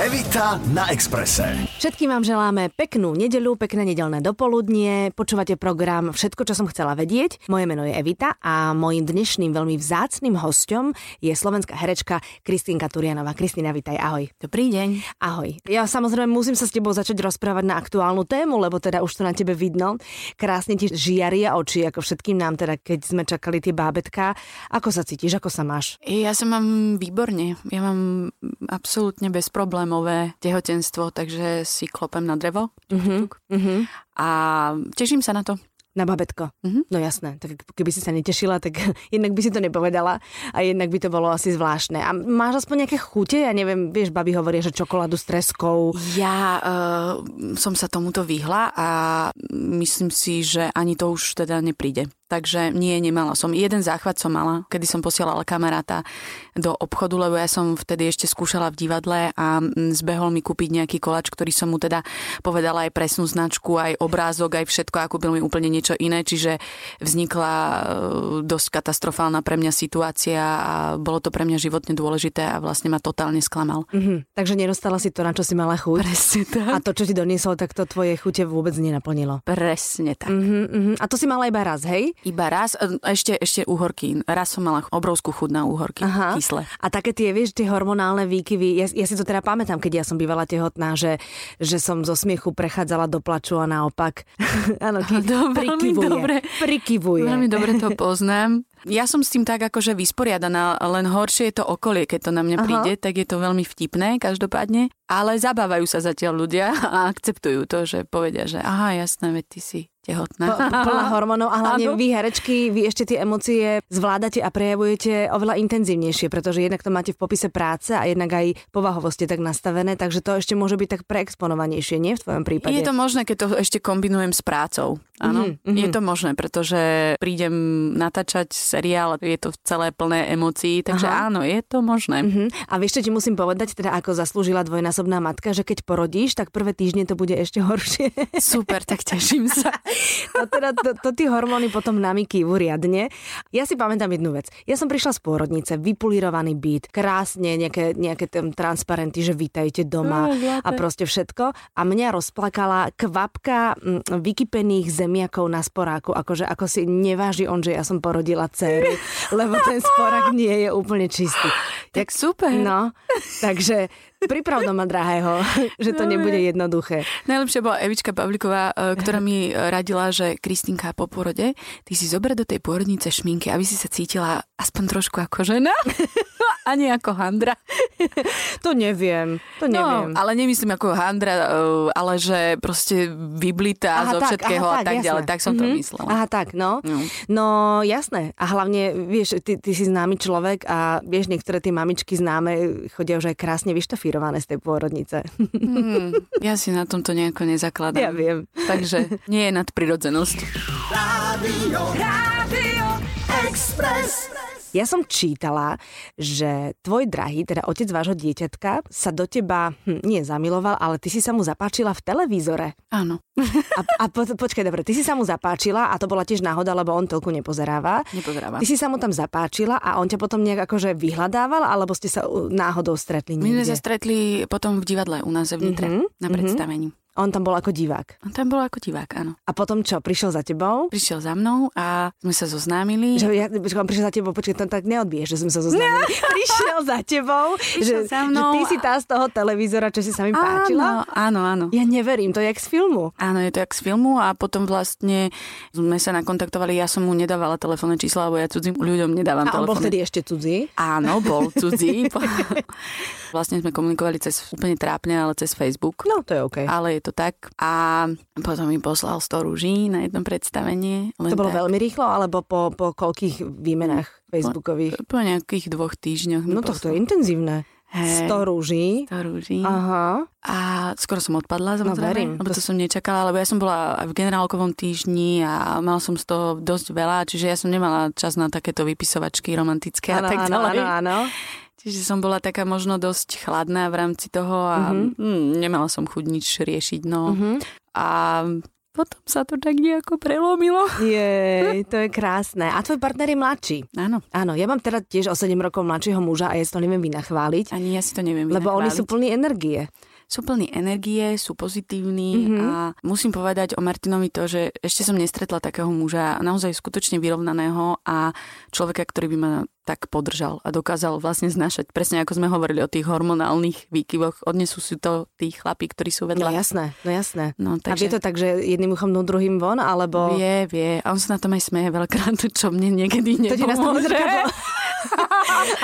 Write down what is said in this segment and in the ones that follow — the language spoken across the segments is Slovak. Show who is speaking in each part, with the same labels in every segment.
Speaker 1: Evita na Exprese.
Speaker 2: Všetkým vám želáme peknú nedeľu, pekné nedelné dopoludnie. Počúvate program Všetko, čo som chcela vedieť. Moje meno je Evita a mojim dnešným veľmi vzácným hostom je slovenská herečka Kristýnka Turianová. Kristýna, vitaj, ahoj.
Speaker 3: Dobrý deň.
Speaker 2: Ahoj. Ja samozrejme musím sa s tebou začať rozprávať na aktuálnu tému, lebo teda už to na tebe vidno. Krásne ti žiaria oči, ako všetkým nám teda, keď sme čakali tie bábetka. Ako sa cítiš, ako sa máš?
Speaker 3: Ja sa mám výborne. Ja mám absolútne bezproblémové tehotenstvo, takže si klopem na drevo. Tuk, tuk.
Speaker 2: Mhm.
Speaker 3: A teším sa na to.
Speaker 2: Na babetko.
Speaker 3: Mhm.
Speaker 2: No jasné, tak keby si sa netešila, tak jednak by si to nepovedala a jednak by to bolo asi zvláštne. A máš aspoň nejaké chute? Ja neviem, vieš, babi hovorí, že čokoládu s treskou.
Speaker 3: Ja uh, som sa tomuto vyhla a myslím si, že ani to už teda nepríde. Takže nie, nemala som. Jeden záchvat som mala, kedy som posielala kamaráta do obchodu, lebo ja som vtedy ešte skúšala v divadle a mm, zbehol mi kúpiť nejaký koláč, ktorý som mu teda povedala aj presnú značku, aj obrázok, aj všetko a kúpil mi úplne niečo iné, čiže vznikla eh, dosť katastrofálna pre mňa situácia a bolo to pre mňa životne dôležité a vlastne ma totálne sklamal.
Speaker 2: Mhm. Takže nedostala si to, na čo si mala chuť.
Speaker 3: Presne
Speaker 2: A
Speaker 3: tak.
Speaker 2: to, čo ti doniesol, tak to tvoje chute vôbec nenaplnilo.
Speaker 3: Presne tak.
Speaker 2: Mhm, mhm. A to si mala iba raz, hej?
Speaker 3: Iba raz, e, ešte, ešte uhorky. Raz som mala obrovskú chud na uhorky,
Speaker 2: Aha.
Speaker 3: Aha. kyslé.
Speaker 2: A také tie, vieš, tie hormonálne výkyvy, ja, ja si to teda pamätám, keď ja som bývala tehotná, že, že som zo smiechu prechádzala do plaču a naopak. Áno, ky-
Speaker 3: To veľmi
Speaker 2: prikyvuje.
Speaker 3: dobre.
Speaker 2: Prikyvuje.
Speaker 3: Veľmi dobre to poznám. Ja som s tým tak akože vysporiadaná, len horšie je to okolie, keď to na mňa
Speaker 2: Aha.
Speaker 3: príde, tak je to veľmi vtipné každopádne, ale zabávajú sa zatiaľ ľudia a akceptujú to, že povedia, že aha, jasné, veď ty si
Speaker 2: Po-
Speaker 3: tehotná.
Speaker 2: plná hormónov a hlavne
Speaker 3: Áno.
Speaker 2: vy herečky, vy ešte tie emócie zvládate a prejavujete oveľa intenzívnejšie, pretože jednak to máte v popise práce a jednak aj povahovo ste tak nastavené, takže to ešte môže byť tak preexponovanejšie, nie v tvojom prípade.
Speaker 3: Je to možné, keď to ešte kombinujem s prácou. Áno,
Speaker 2: Mhm, mhm.
Speaker 3: je to možné, pretože prídem natáčať seriál, je to celé plné emócií, takže
Speaker 2: Aha.
Speaker 3: áno, je to možné.
Speaker 2: Mhm. A vieš, čo ti musím povedať, teda ako zaslúžila dvojnásobná matka, že keď porodíš, tak prvé týždne to bude ešte horšie.
Speaker 3: Super, tak teším sa.
Speaker 2: No teda to, to tie hormóny potom namykývu riadne. Ja si pamätám jednu vec. Ja som prišla z pôrodnice, vypulírovaný byt, krásne, nejaké, nejaké tam transparenty, že vítajte doma
Speaker 3: Á, Mm, zlaté.
Speaker 2: a proste všetko. A mňa rozplakala kvapka mm, vykypených zemiakov na sporáku, akože ako si neváži on, že ja som porodila dceru, lebo ten sporák nie je úplne čistý.
Speaker 3: Tak super.
Speaker 2: No, takže priprav doma, drahého, že to
Speaker 3: Dobre.
Speaker 2: nebude jednoduché.
Speaker 3: Najlepšia bola Evička Pavliková, e, ktorá mi e, radila, že Kristinka po porode, ty si zober do tej pôrodnice šminky, aby si sa cítila aspoň trošku ako žena a nie ako handra.
Speaker 2: To neviem, to
Speaker 3: No,
Speaker 2: neviem.
Speaker 3: ale nemyslím ako handra, e, ale že proste vyblitá
Speaker 2: Aha,
Speaker 3: zo
Speaker 2: tak,
Speaker 3: všetkého
Speaker 2: aha,
Speaker 3: a tak
Speaker 2: jasné.
Speaker 3: ďalej. Tak som to
Speaker 2: Mhm.
Speaker 3: myslela.
Speaker 2: Aha, tak, no.
Speaker 3: No.
Speaker 2: No, jasné. A hlavne, vieš, ty, ty si známy človek a vieš, niektoré tie mamičky známe chodia už aj krásne vyštafírované z tej pôrodnice.
Speaker 3: Hmm, ja si na tomto nejako nezakladám.
Speaker 2: Ja viem.
Speaker 3: Takže nie je nadprirodzenosť.
Speaker 1: Rádio. Rádio Express.
Speaker 2: Ja som čítala, že tvoj drahý, teda otec vášho dieťatka, sa do teba, hm, nie zamiloval, ale ty si sa mu zapáčila v televízore.
Speaker 3: Áno.
Speaker 2: A, a po, počkaj, dobre, ty si sa mu zapáčila a to bola tiež náhoda, lebo on toľku nepozeráva.
Speaker 3: Nepozeráva.
Speaker 2: Ty si sa mu tam zapáčila a on ťa potom nejak akože vyhľadával, alebo ste sa uh, náhodou stretli
Speaker 3: My sme sa
Speaker 2: niekde?
Speaker 3: stretli potom v divadle u nás v Nitre
Speaker 2: Mhm,
Speaker 3: na
Speaker 2: mhm.
Speaker 3: predstavení.
Speaker 2: On tam bol ako divák.
Speaker 3: On tam bol ako divák, áno.
Speaker 2: A potom čo, prišiel za tebou?
Speaker 3: Prišiel za mnou a sme sa zoznámili.
Speaker 2: Že ja, počkaj, on prišiel za tebou, počkaj, to tak neodbiješ, že sme sa zoznámili. Prišiel za tebou,
Speaker 3: Prišiel
Speaker 2: že,
Speaker 3: za
Speaker 2: že
Speaker 3: mnou
Speaker 2: ty si
Speaker 3: a-
Speaker 2: tá z toho televízora, čo si sa mi páčila.
Speaker 3: Áno, áno, áno.
Speaker 2: Ja neverím, to je jak z filmu.
Speaker 3: Áno, je to jak z filmu a potom vlastne sme sa nakontaktovali, ja som mu nedávala telefónne čísla, lebo ja cudzím ľuďom nedávam
Speaker 2: A on bol
Speaker 3: telefónne
Speaker 2: vtedy ešte cudzí.
Speaker 3: Áno, bol cudzí. vlastne sme komunikovali cez úplne trápne, ale cez Facebook.
Speaker 2: No, to je OK.
Speaker 3: Ale je to tak. A potom mi poslal 100 rúží na jedno predstavenie. Len
Speaker 2: To bolo
Speaker 3: tak.
Speaker 2: veľmi rýchlo, alebo po, po koľkých výmenách facebookových?
Speaker 3: Po nejakých dvoch týždňoch. mi
Speaker 2: No tak to je
Speaker 3: poslal.
Speaker 2: intenzívne.
Speaker 3: Hej.
Speaker 2: 100 rúží.
Speaker 3: 100 rúží.
Speaker 2: Aha.
Speaker 3: A skoro som odpadla,
Speaker 2: No, verím.
Speaker 3: samozrejme, lebo
Speaker 2: To
Speaker 3: to som nečakala, lebo ja som bola aj v generálkovom týždni a mala som z toho dosť veľa, čiže ja som nemala čas na takéto vypisovačky romantické a
Speaker 2: Áno,
Speaker 3: tak
Speaker 2: áno,
Speaker 3: ďalej.
Speaker 2: áno, áno.
Speaker 3: Čiže som bola taká možno dosť
Speaker 2: Mhm.
Speaker 3: hm, chladná v rámci toho a mm nemala som chuť nič riešiť. No. A potom sa to tak nejako prelomilo.
Speaker 2: Jej, to je krásne. A tvoj partner je mladší.
Speaker 3: Áno,
Speaker 2: Áno, ja mám teda tiež o 7 rokov mladšieho muža a ja si to neviem vynachváliť,
Speaker 3: ani ja si to neviem
Speaker 2: lebo oni
Speaker 3: vynachváliť.
Speaker 2: sú plní energie.
Speaker 3: sú plní energie, sú pozitívni
Speaker 2: Mhm.
Speaker 3: mm-hmm. a musím povedať o Martinovi to, že ešte som nestretla takého muža, naozaj skutočne vyrovnaného a človeka, ktorý by ma tak podržal a dokázal vlastne znašať. Presne ako sme hovorili o tých hormonálnych výkyvoch, odnesú si to tí chlapí, ktorí sú
Speaker 2: No
Speaker 3: vedľa.
Speaker 2: jasné, no jasné.
Speaker 3: No,
Speaker 2: A je
Speaker 3: takže...
Speaker 2: to tak, že jedným uchom dnu, druhým von, alebo...
Speaker 3: Vie, vie. A on sa na tom aj smeje veľakrát, čo mne niekedy
Speaker 2: To ti nás to
Speaker 3: nepomôže.
Speaker 2: nezrkadlo.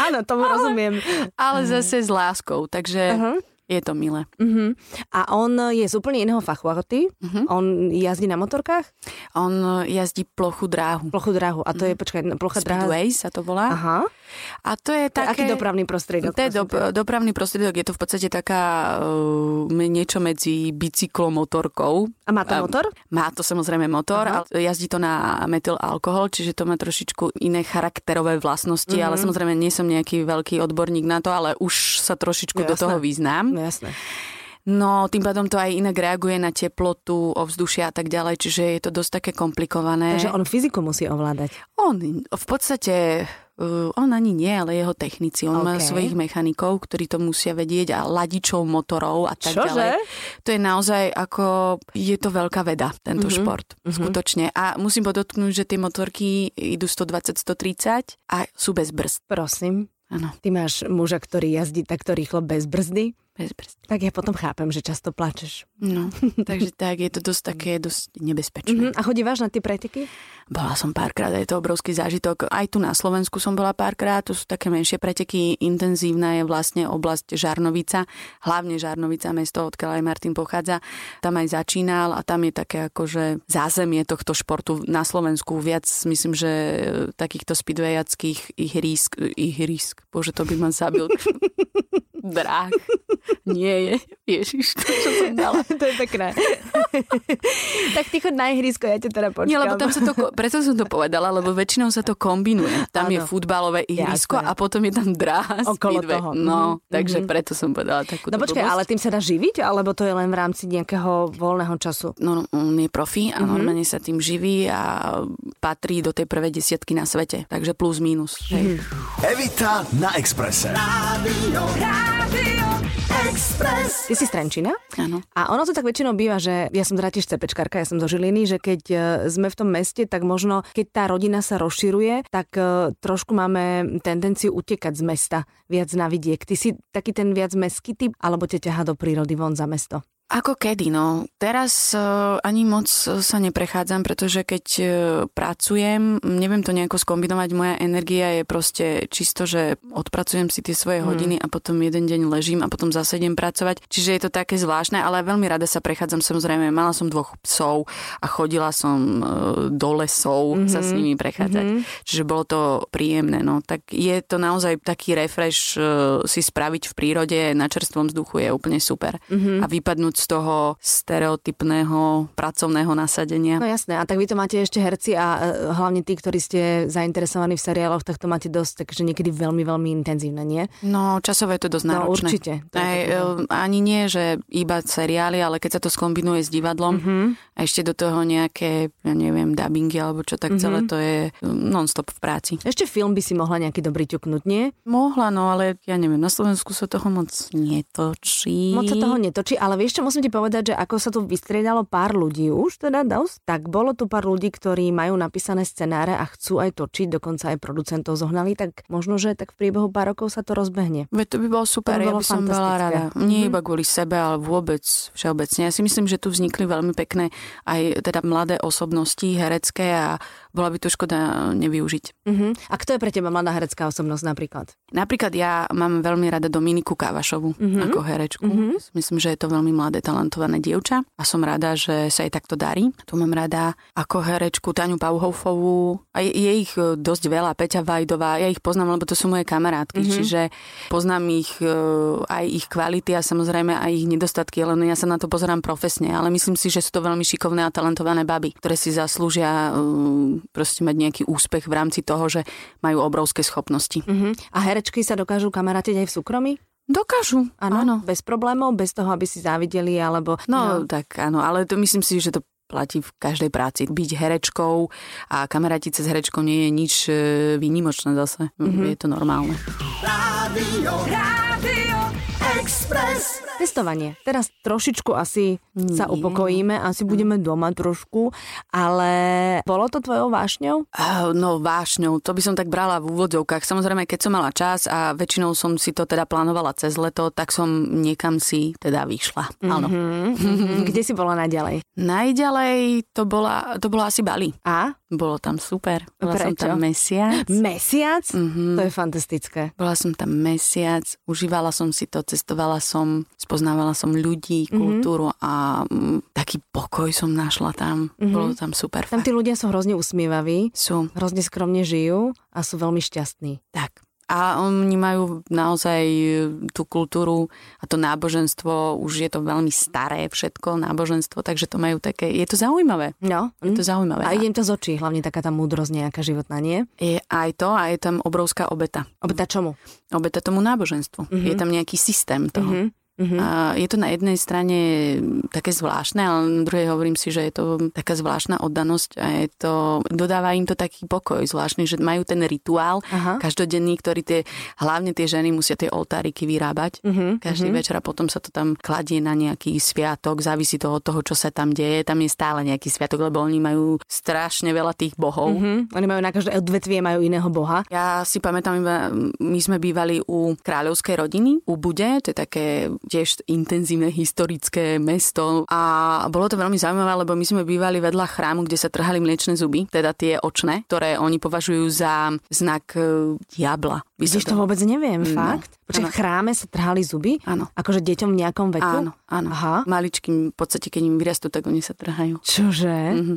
Speaker 2: Áno, tomu rozumiem.
Speaker 3: Ale zase s láskou, takže
Speaker 2: Mhm. Aha.
Speaker 3: je to milé.
Speaker 2: Mhm. A on je z úplne iného fachu ako ty. On jazdí na motorkách?
Speaker 3: On jazdí plochu dráhu.
Speaker 2: Plochu dráhu. A to je, počkaj, plocha dráha.
Speaker 3: Speedway sa to volá.
Speaker 2: Aha.
Speaker 3: A to je
Speaker 2: Také... Aký
Speaker 3: také...
Speaker 2: dopravný prostriedok?
Speaker 3: To je do, dopravný prostriedok, je to v podstate taká uh, niečo medzi bicyklomotorkou.
Speaker 2: A má to motor?
Speaker 3: Má to samozrejme motor, ale jazdí to na metyl alkohol, čiže to má trošičku iné charakterové vlastnosti, mm-hmm. ale samozrejme nie som nejaký veľký odborník na to, ale už sa trošičku
Speaker 2: No
Speaker 3: do
Speaker 2: jasné.
Speaker 3: toho vyznám.
Speaker 2: No jasné.
Speaker 3: No, tým pádom to aj inak reaguje na teplotu, ovzdušia a tak ďalej, čiže je to dosť také komplikované.
Speaker 2: Takže on fyziku musí ovládať.
Speaker 3: on v podstate, uh, on ani nie, ale jeho technici. On okay. má
Speaker 2: OK.
Speaker 3: svojich mechanikov, ktorí to musia vedieť a ladičov motorov a tak
Speaker 2: Čože?
Speaker 3: ďalej. To je naozaj ako, je to veľká veda,
Speaker 2: Mhm.
Speaker 3: tento mm-hmm. šport, mm-hmm. skutočne. A musím podotknúť, že tie motorky idú 120-130 a sú bez brzd.
Speaker 2: Prosím.
Speaker 3: Áno,
Speaker 2: Ty máš muža, ktorý jazdí takto rýchlo bez brzdy,
Speaker 3: bez brzd.
Speaker 2: tak ja potom chápem, že často plačeš.
Speaker 3: No, takže tak, je to dosť také, dosť nebezpečné.
Speaker 2: Mhm. A chodíváš na tie preteky?
Speaker 3: Bola som párkrát, je to obrovský zážitok. Aj tu na Slovensku som bola párkrát, to sú také menšie preteky. Intenzívna je vlastne oblasť Žarnovica, hlavne Žarnovica, mesto, odkiaľ aj Martin pochádza. Tam aj začínal a tam je také akože zázemie tohto športu na Slovensku. Viac myslím, že e, takýchto speedwayackých ihrísk, ihrísk, bože to by ma zabil. Dráh. Nie je. Ježiš, to čo som dala.
Speaker 2: No, to je pekné. tak ty chod na ihrisko, ja ťa teda počkám.
Speaker 3: Nie, lebo tam sa to, ko- preto som to povedala, lebo väčšinou sa to kombinuje. Tam je
Speaker 2: Áno.
Speaker 3: futbalové ihrisko
Speaker 2: Jasné.
Speaker 3: a potom je tam dráha.
Speaker 2: Okolo
Speaker 3: speedway.
Speaker 2: toho. Mhm.
Speaker 3: No, takže preto som povedala takú
Speaker 2: No počkaj, ale tým sa dá živiť, alebo to je len v rámci nejakého voľného času?
Speaker 3: No, on je profi
Speaker 2: Mhm.
Speaker 3: a normálne sa tým živí a patrí do tej prvej desiatky na svete. Takže plus minus.
Speaker 2: Mhm.
Speaker 3: Hej.
Speaker 1: Evita na Exprese. Radio, Radio Express.
Speaker 2: Ty si z Trenčína?
Speaker 3: Áno.
Speaker 2: A ono to tak väčšinou býva, že ja som teda tiež cepečkárka, ja som zo Žiliny, že keď e, sme v tom meste, tak možno keď tá rodina sa rozširuje, tak e, trošku máme tendenciu utekať z mesta viac na vidiek. Ty si taký ten viac mestský typ, alebo te ťahá do prírody von za mesto?
Speaker 3: Ako kedy, no. Teraz eh, ani moc e, sa neprechádzam, pretože keď eh, pracujem, neviem to nejako skombinovať, moja energia je proste čisto, že odpracujem si tie svoje hodiny a potom jeden deň ležím a potom zase idem pracovať. Čiže je to také zvláštne, ale veľmi rada sa prechádzam. Samozrejme, mala som dvoch psov a chodila som eh, do lesov sa s nimi prechádzať. Čiže bolo to príjemné, no. Tak je to naozaj taký refresh eh, si spraviť v prírode, na čerstvom vzduchu je úplne super. Mm-hmm. A vypadnúť z toho stereotypného pracovného nasadenia.
Speaker 2: No jasné, a tak vy to máte ešte herci a e, hlavne tí, ktorí ste zainteresovaní v seriáloch, tak to máte dosť, takže niekedy veľmi, veľmi intenzívne, nie?
Speaker 3: No, časové je to dosť
Speaker 2: No,
Speaker 3: náročné.
Speaker 2: určite. To je
Speaker 3: Aj,
Speaker 2: také, no.
Speaker 3: e, ani nie, že iba seriály, ale keď sa to skombinuje s divadlom a ešte do toho nejaké, ja neviem, dubbingy alebo čo, tak celé to je e, non-stop v práci.
Speaker 2: Ešte film by si mohla nejaký dobrý ťuknúť, nie?
Speaker 3: Mohla, no ale ja neviem, na Slovensku sa toho moc netočí.
Speaker 2: Moc sa toho netočí, ale vieš čo, musím ti povedať, že ako sa tu vystriedalo pár ľudí už, teda dosť, tak bolo tu pár ľudí, ktorí majú napísané scenáre a chcú aj točiť, dokonca aj producentov zohnali, tak možno, že tak v priebehu pár rokov sa to rozbehne.
Speaker 3: Veď to by bolo super,
Speaker 2: To by
Speaker 3: ja
Speaker 2: bolo
Speaker 3: by som bola
Speaker 2: fantastické. Mhm.
Speaker 3: rada. Nie iba kvôli sebe, ale vôbec všeobecne. Ja si myslím, že tu vznikli veľmi pekné aj teda mladé osobnosti herecké a bola by to škoda eh, nevyužiť.
Speaker 2: Uh-huh. A kto je pre teba mladá herecká osobnosť napríklad?
Speaker 3: Napríklad ja mám veľmi rada Dominiku Kávašovu ako herečku. Myslím, že je to veľmi mladé, talentované dievča a som rada, že sa jej takto darí. Tu mám rada ako herečku Taňu Pauhoufovú. A je, je ich e, dosť veľa, Peťa Vajdová. Ja ich poznám, lebo to sú moje kamarátky, čiže poznám ich e, aj ich kvality a samozrejme aj ich nedostatky, len ja sa na to pozerám profesne, ale myslím si, že sú to veľmi šikovné a talentované baby, ktoré si zaslúžia e, proste mať nejaký úspech v rámci toho, že majú obrovské schopnosti.
Speaker 2: Uh-huh. A herečky sa dokážu kamarátiť aj v súkromí?
Speaker 3: Dokážu, áno.
Speaker 2: Bez problémov, bez toho, aby si závideli, alebo...
Speaker 3: No, tak áno, ale to myslím si, že to platí v každej práci. Byť herečkou a kamarátiť cez herečkou nie je nič e, výnimočné zase. Mm-hmm. Je to normálne.
Speaker 1: Rádio, Rádio Express.
Speaker 2: Testovanie. Teraz trošičku asi
Speaker 3: Nie. No.
Speaker 2: sa upokojíme, asi budeme doma trošku, ale bolo to tvojou vášňou?
Speaker 3: Ah, No vášňou, to by som tak brala v úvodzovkách. Samozrejme, keď som mala čas a väčšinou som si to teda plánovala cez leto, tak som niekam si teda vyšla. Áno. Mhm.
Speaker 2: Mm-hmm. Kde si bola naďalej?
Speaker 3: Najďalej to bola, to bola asi Bali.
Speaker 2: A?
Speaker 3: Bolo tam super. Bola som
Speaker 2: Prečo?
Speaker 3: tam mesiac.
Speaker 2: Mesiac?
Speaker 3: Mhm.
Speaker 2: To je fantastické.
Speaker 3: Bola som tam mesiac, užívala som si to, cestovala som, spoznávala som
Speaker 2: Mhm.
Speaker 3: ľudí, kultúru a mm, taký pokoj som našla tam. Bolo tam super.
Speaker 2: Mhm. Tam tí
Speaker 3: fakt.
Speaker 2: ľudia sú hrozne usmievaví,
Speaker 3: Sú,
Speaker 2: hrozne skromne žijú a sú veľmi šťastní.
Speaker 3: tak. A oni majú naozaj e, tú kultúru a to náboženstvo, už je to veľmi staré všetko, náboženstvo, takže to majú také, je to zaujímavé.
Speaker 2: No.
Speaker 3: Je to zaujímavé.
Speaker 2: A idem to z očí, hlavne taká tá múdrosť nejaká životná, nie?
Speaker 3: je aj to, a je tam obrovská obeta.
Speaker 2: Obeta čomu?
Speaker 3: Obeta tomu náboženstvu. Je tam nejaký systém toho.
Speaker 2: Mhm.
Speaker 3: A je to na jednej strane také zvláštne, ale na druhej hovorím si, že je to taká zvláštna oddanosť a je to, dodáva im to taký pokoj zvláštny, že majú ten rituál
Speaker 2: Aha.
Speaker 3: každodenný, ktorý tie, hlavne tie ženy musia tie oltáriky vyrábať.
Speaker 2: Mhm,
Speaker 3: Každý večer a potom sa to tam kladie na nejaký sviatok, závisí to od toho, čo sa tam deje. Tam je stále nejaký sviatok, lebo oni majú strašne veľa tých bohov.
Speaker 2: Mhm. Oni majú na každé odvetvie majú iného boha.
Speaker 3: Ja si pamätám, iba, my sme bývali u kráľovskej rodiny, u Bude, to je také tiež intenzívne historické mesto a bolo to veľmi zaujímavé, lebo my sme bývali vedľa chrámu, kde sa trhali mliečne zuby, teda tie očné, ktoré oni považujú za znak e, diabla. by sa
Speaker 2: Vidíš, to vôbec neviem,
Speaker 3: No.
Speaker 2: fakt. Počkaj,
Speaker 3: Áno.
Speaker 2: v chráme sa trhali zuby?
Speaker 3: Áno.
Speaker 2: Akože deťom v nejakom veku?
Speaker 3: Áno, áno.
Speaker 2: Aha.
Speaker 3: Maličkým, v podstate, keď im vyrastú, tak oni sa trhajú.
Speaker 2: Čože?
Speaker 3: Mhm.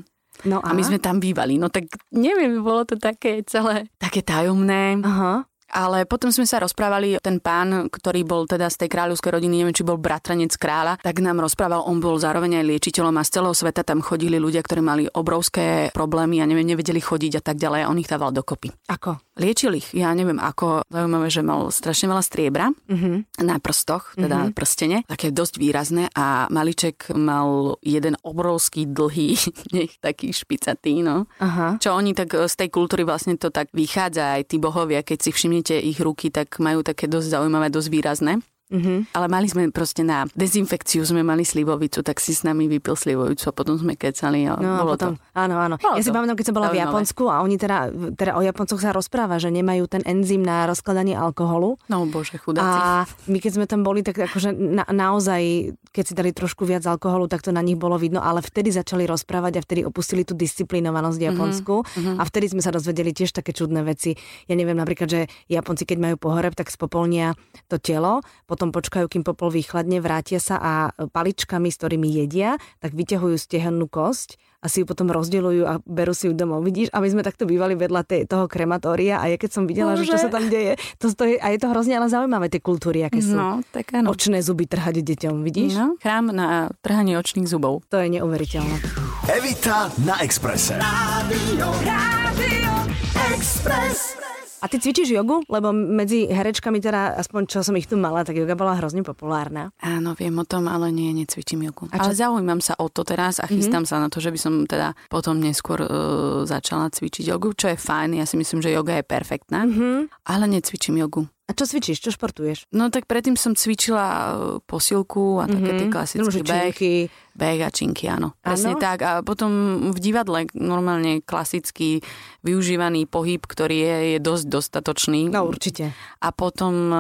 Speaker 2: No
Speaker 3: A my sme tam bývali, no tak neviem, bolo to také celé, také tajomné.
Speaker 2: Aha.
Speaker 3: Ale potom sme sa rozprávali, ten pán, ktorý bol teda z tej kráľovskej rodiny, neviem, či bol bratranec kráľa, tak nám rozprával, on bol zároveň aj liečiteľom a z celého sveta tam chodili ľudia, ktorí mali obrovské problémy a neviem, nevedeli chodiť a tak ďalej a on ich dával dokopy.
Speaker 2: Ako?
Speaker 3: Liečil ich, ja neviem ako, zaujímavé, že mal strašne veľa striebra
Speaker 2: Mhm.
Speaker 3: na prstoch, teda mm-hmm. prstene, také dosť výrazné a maliček mal jeden obrovský dlhý, nech taký špicatý, no.
Speaker 2: Aha.
Speaker 3: Čo oni tak e, z tej kultúry vlastne to tak vychádza, aj tí bohovia, keď si všimnete ich ruky, tak majú také dosť zaujímavé, dosť výrazné.
Speaker 2: Mhm.
Speaker 3: Ale mali sme proste na dezinfekciu, sme mali slivovicu, tak si s nami vypil slivovicu a potom sme kecali a
Speaker 2: No a
Speaker 3: bolo
Speaker 2: potom,
Speaker 3: to.
Speaker 2: áno, áno.
Speaker 3: Bolo
Speaker 2: ja si
Speaker 3: to
Speaker 2: pamätám, keď som bola v
Speaker 3: zaujímavé.
Speaker 2: Japonsku a oni teda, teda o Japoncoch sa rozpráva, že nemajú ten enzym na rozkladanie alkoholu.
Speaker 3: No bože, chudáci.
Speaker 2: A my keď sme tam boli, tak akože na, naozaj, keď si dali trošku viac alkoholu, tak to na nich bolo vidno, ale vtedy začali rozprávať a vtedy opustili tú disciplinovanosť v Japonsku mm-hmm. a vtedy sme sa dozvedeli tiež také čudné veci. Ja neviem napríklad, že Japonci, keď majú pohreb, tak spopolnia to telo, potom počkajú, kým popol vychladne, vrátia sa a paličkami, s ktorými jedia, tak vyťahujú stehennú kosť a si ju potom rozdeľujú a berú si ju domov. Vidíš? A my sme takto bývali vedľa tej, toho krematória a ja keď som videla, že čo
Speaker 3: Bože.
Speaker 2: sa tam deje, to, to je, a je to hrozne ale zaujímavé, tie kultúry, aké sú.
Speaker 3: No, tak áno.
Speaker 2: Očné zuby trhať deťom, vidíš?
Speaker 3: No, chrám na trhanie očných zubov.
Speaker 2: To je neuveriteľné.
Speaker 1: Evita na Exprese. Rádio, Rádio Express.
Speaker 2: A ty cvičíš jogu? Lebo medzi herečkami teda, aspoň čo som ich tu mala, tak joga bola hrozne populárna.
Speaker 3: Áno, viem o tom, ale nie, necvičím jogu.
Speaker 2: A čo- Mhm.
Speaker 3: Ale zaujímam sa o to teraz a chystám mm-hmm. sa na to, že by som teda potom neskôr uh, začala cvičiť jogu, čo je fajn. Ja si myslím, že joga je perfektná,
Speaker 2: Mhm.
Speaker 3: mm-hmm. ale necvičím jogu.
Speaker 2: A čo cvičíš? Čo športuješ?
Speaker 3: No tak predtým som cvičila e, posilku a
Speaker 2: Mhm.
Speaker 3: také tie klasické beh,
Speaker 2: Ružičinky.
Speaker 3: beh a činky, áno.
Speaker 2: Áno?
Speaker 3: Presne tak. A potom v divadle normálne klasický využívaný pohyb, ktorý je, je dosť dostatočný.
Speaker 2: No určite.
Speaker 3: A potom, e,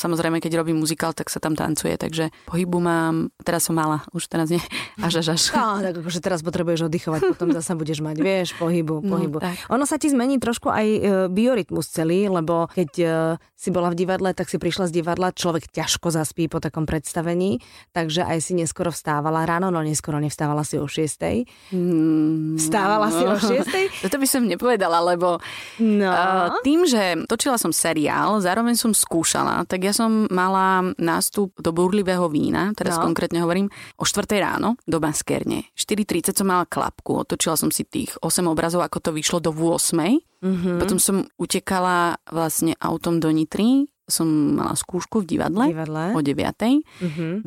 Speaker 3: samozrejme, keď robím muzikál, tak sa tam tancuje, takže pohybu mám, teraz som mala, už teraz nie, až až až.
Speaker 2: No, tak akože teraz potrebuješ oddychovať, potom zasa budeš mať, vieš, pohybu, pohybu.
Speaker 3: No, tak.
Speaker 2: ono sa ti zmení trošku aj e, biorytmus celý, lebo keď e, si bola v divadle, tak si prišla z divadla, človek ťažko zaspí po takom predstavení, takže aj si neskoro vstávala ráno, no neskoro nevstávala si o 6.
Speaker 3: Mm.
Speaker 2: Vstávala si o 6.
Speaker 3: No. Toto by som nepovedala, lebo
Speaker 2: No.
Speaker 3: Uh, tým, že točila som seriál, zároveň som skúšala, tak ja som mala nástup do burlivého vína,
Speaker 2: No.
Speaker 3: teraz no. konkrétne hovorím, o 4 ráno do Baskerne. 4.30 som mala klapku, otočila som si tých 8 obrazov, ako to vyšlo do 8. Mm-hmm.
Speaker 2: Mhm.
Speaker 3: Potom som utekala vlastne autom do Nitry, som mala skúšku v divadle,
Speaker 2: Divadle.
Speaker 3: o 9.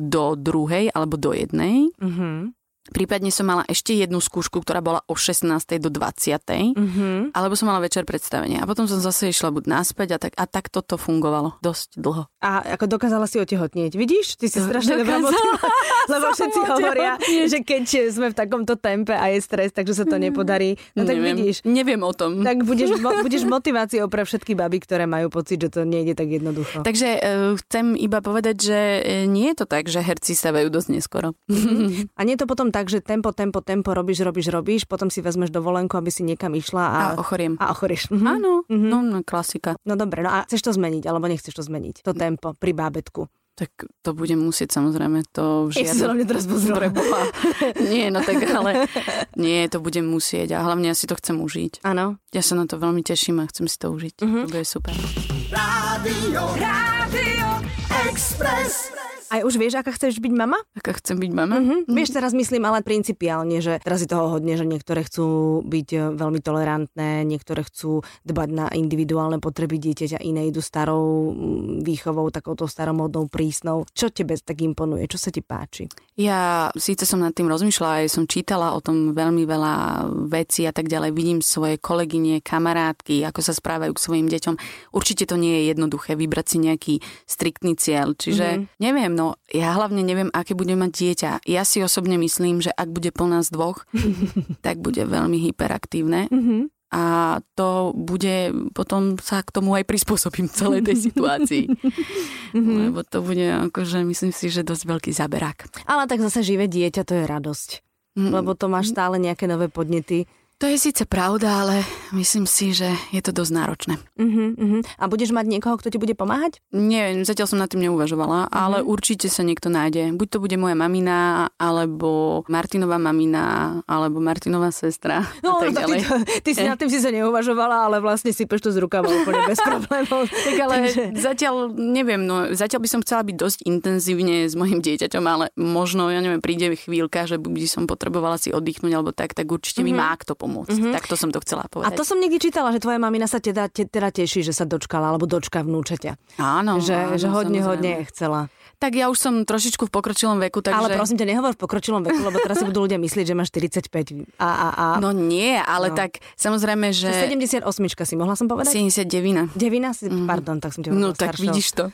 Speaker 2: Mhm,
Speaker 3: do 2. alebo do 1.
Speaker 2: mhm.
Speaker 3: Prípadne som mala ešte jednu skúšku, ktorá bola o 16. do
Speaker 2: Mhm.
Speaker 3: 20. Mm-hmm. Alebo som mala večer predstavenie. A potom som zase išla buď naspäť a tak, a tak toto fungovalo dosť dlho.
Speaker 2: A ako dokázala si otehotnieť. Vidíš, ty si
Speaker 3: Do-
Speaker 2: strašne dobrá
Speaker 3: dokázala.
Speaker 2: motka, lebo
Speaker 3: Som
Speaker 2: všetci hovoria,
Speaker 3: otehotnieť. Mm.
Speaker 2: že keď sme v takomto tempe a je stres, takže sa to nepodarí. No tak
Speaker 3: Neviem.
Speaker 2: vidíš.
Speaker 3: Neviem o tom.
Speaker 2: Tak budeš, mo- budeš motiváciou pre všetky baby, ktoré majú pocit, že to nejde tak jednoducho.
Speaker 3: Takže e, chcem iba povedať, že e, nie je to tak, že herci stávajú dosť neskoro.
Speaker 2: A nie je to potom tak, že tempo, tempo, tempo, robíš, robíš, robíš, potom si vezmeš dovolenku, aby si niekam išla a,
Speaker 3: A ochoriem.
Speaker 2: a ochorieš. Mhm.
Speaker 3: Áno, no, no klasika.
Speaker 2: No dobre, no a chceš to zmeniť, alebo nechceš to zmeniť, to tempo pri bábetku.
Speaker 3: Tak to budem musieť samozrejme, to v
Speaker 2: Ja si sa na
Speaker 3: žiadnom...
Speaker 2: mňa teraz pozrela.
Speaker 3: Preboha. Nie, no tak ale nie, to budem musieť a hlavne ja si to chcem užiť.
Speaker 2: Áno.
Speaker 3: Ja sa na to veľmi teším a chcem si to užiť.
Speaker 2: Mhm.
Speaker 3: To bude super.
Speaker 1: Radio, Radio Express.
Speaker 2: Aj už vieš, aká chceš byť mama?
Speaker 3: Aká chcem byť mama?
Speaker 2: Hm? Vieš, teraz myslím ale principiálne, že teraz je toho hodne, že niektoré chcú byť e, veľmi tolerantné, niektoré chcú dbať na individuálne potreby dieťaťa, iné idú starou mm, výchovou, takouto staromodnou prísnou. Čo tebe tak imponuje? Čo sa ti páči?
Speaker 3: Ja síce som nad tým rozmýšľala, aj som čítala o tom veľmi veľa vecí a tak ďalej. Vidím svoje kolegyne, kamarátky, ako sa správajú k svojim deťom. Určite to nie je jednoduché vybrať si nejaký striktný cieľ. Čiže mm-hmm. neviem, no ja hlavne neviem, aké bude mať dieťa. Ja si osobne myslím, že ak bude plná z dvoch, tak bude veľmi hyperaktívne. Mm-hmm. A to bude, potom sa k tomu aj prispôsobím celej tej situácii. Mm-hmm. Lebo to bude akože, myslím si, že dosť veľký zaberák.
Speaker 2: Ale tak zase živé dieťa, to je radosť.
Speaker 3: Mm.
Speaker 2: Lebo to máš stále nejaké nové podnety.
Speaker 3: To je síce pravda, ale myslím si, že je to dosť náročné.
Speaker 2: Uh-huh, uh-huh. A budeš mať niekoho, kto ti bude pomáhať?
Speaker 3: Neviem, zatiaľ som nad tým neuvažovala, mm-hmm.
Speaker 2: Mhm.
Speaker 3: ale určite sa niekto nájde. Buď to bude moja mamina, alebo Martinová mamina, alebo Martinová sestra a tak
Speaker 2: tak No, ty,
Speaker 3: ďalej.
Speaker 2: to- Eh. ty si nad tým si sa neuvažovala, ale vlastne si peš to z rukava úplne bez problémov.
Speaker 3: Tak ale zatiaľ, neviem, no zatiaľ by som chcela byť dosť intenzívne s mojim dieťaťom, ale možno, ja neviem, príde chvíľka, že by som potrebovala si oddychnúť alebo tak, tak určite mm-hmm. mi má kto pomôcť. Mm-hmm. Tak to som to chcela
Speaker 2: Mhm. A
Speaker 3: povedať.
Speaker 2: to som niekde čítala, že tvoja mamina sa teda, te, teda teší, že sa dočkala, alebo dočka vnúčaťa.
Speaker 3: áno,
Speaker 2: Že,
Speaker 3: No, áno,
Speaker 2: že hodne,
Speaker 3: samozrejme.
Speaker 2: hodne chcela.
Speaker 3: Tak ja už som trošičku v pokročilom veku, takže...
Speaker 2: Takže... Ale prosím ťa, nehovor v pokročilom veku, lebo teraz si budú ľudia myslieť, že máš 45 a, a, a no,
Speaker 3: No nie, ale
Speaker 2: No.
Speaker 3: no. tak samozrejme, že...
Speaker 2: 78 si, mohla som povedať? Si...
Speaker 3: 79.
Speaker 2: Devina si, mm-hmm. pardon, tak som ťa
Speaker 3: No
Speaker 2: hovorila
Speaker 3: tak
Speaker 2: staršou.
Speaker 3: vidíš to.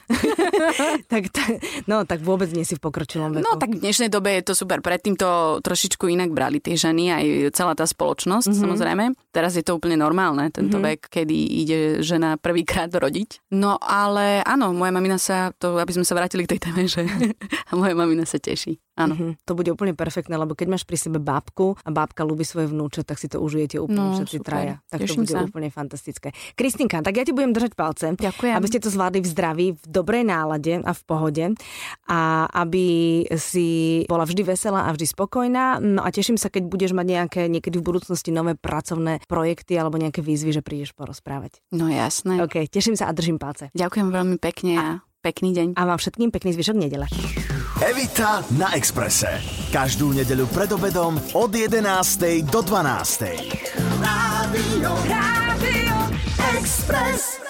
Speaker 2: tak, tak, no tak vôbec nie si v pokročilom veku.
Speaker 3: No tak v dnešnej dobe je to super. Predtým to trošičku inak brali tie ženy, aj celá tá spoločnosť mm-hmm. samozrejme. Teraz je to úplne normálne, tento mm-hmm. vek, kedy ide žena prvýkrát rodiť. No ale áno, moja mamina sa, to aby sme sa vrátili k tej téme, že moja mamina sa teší. Áno.
Speaker 2: Mhm, to bude úplne perfektné, lebo keď máš pri sebe bábku a bábka ľúbi svoje vnúča, tak si to užijete úplne
Speaker 3: No,
Speaker 2: všetci
Speaker 3: super.
Speaker 2: traja. Tak
Speaker 3: Teším
Speaker 2: to bude
Speaker 3: sa.
Speaker 2: úplne fantastické. Kristinka, tak ja ti budem držať palce.
Speaker 3: Ďakujem.
Speaker 2: Aby ste to zvládli v zdraví, v dobrej nálade a v pohode. A aby si bola vždy veselá a vždy spokojná. No a teším sa, keď budeš mať nejaké niekedy v budúcnosti nové pracovné projekty alebo nejaké výzvy, že prídeš porozprávať.
Speaker 3: No jasné.
Speaker 2: OK, teším sa a držím palce.
Speaker 3: Ďakujem veľmi pekne a pekný deň.
Speaker 2: A vám všetkým pekný zvyšok nedele.
Speaker 1: Evita na Exprese. Každú nedeľu pred obedom od 11. do 12. Rádio, Rádio Express.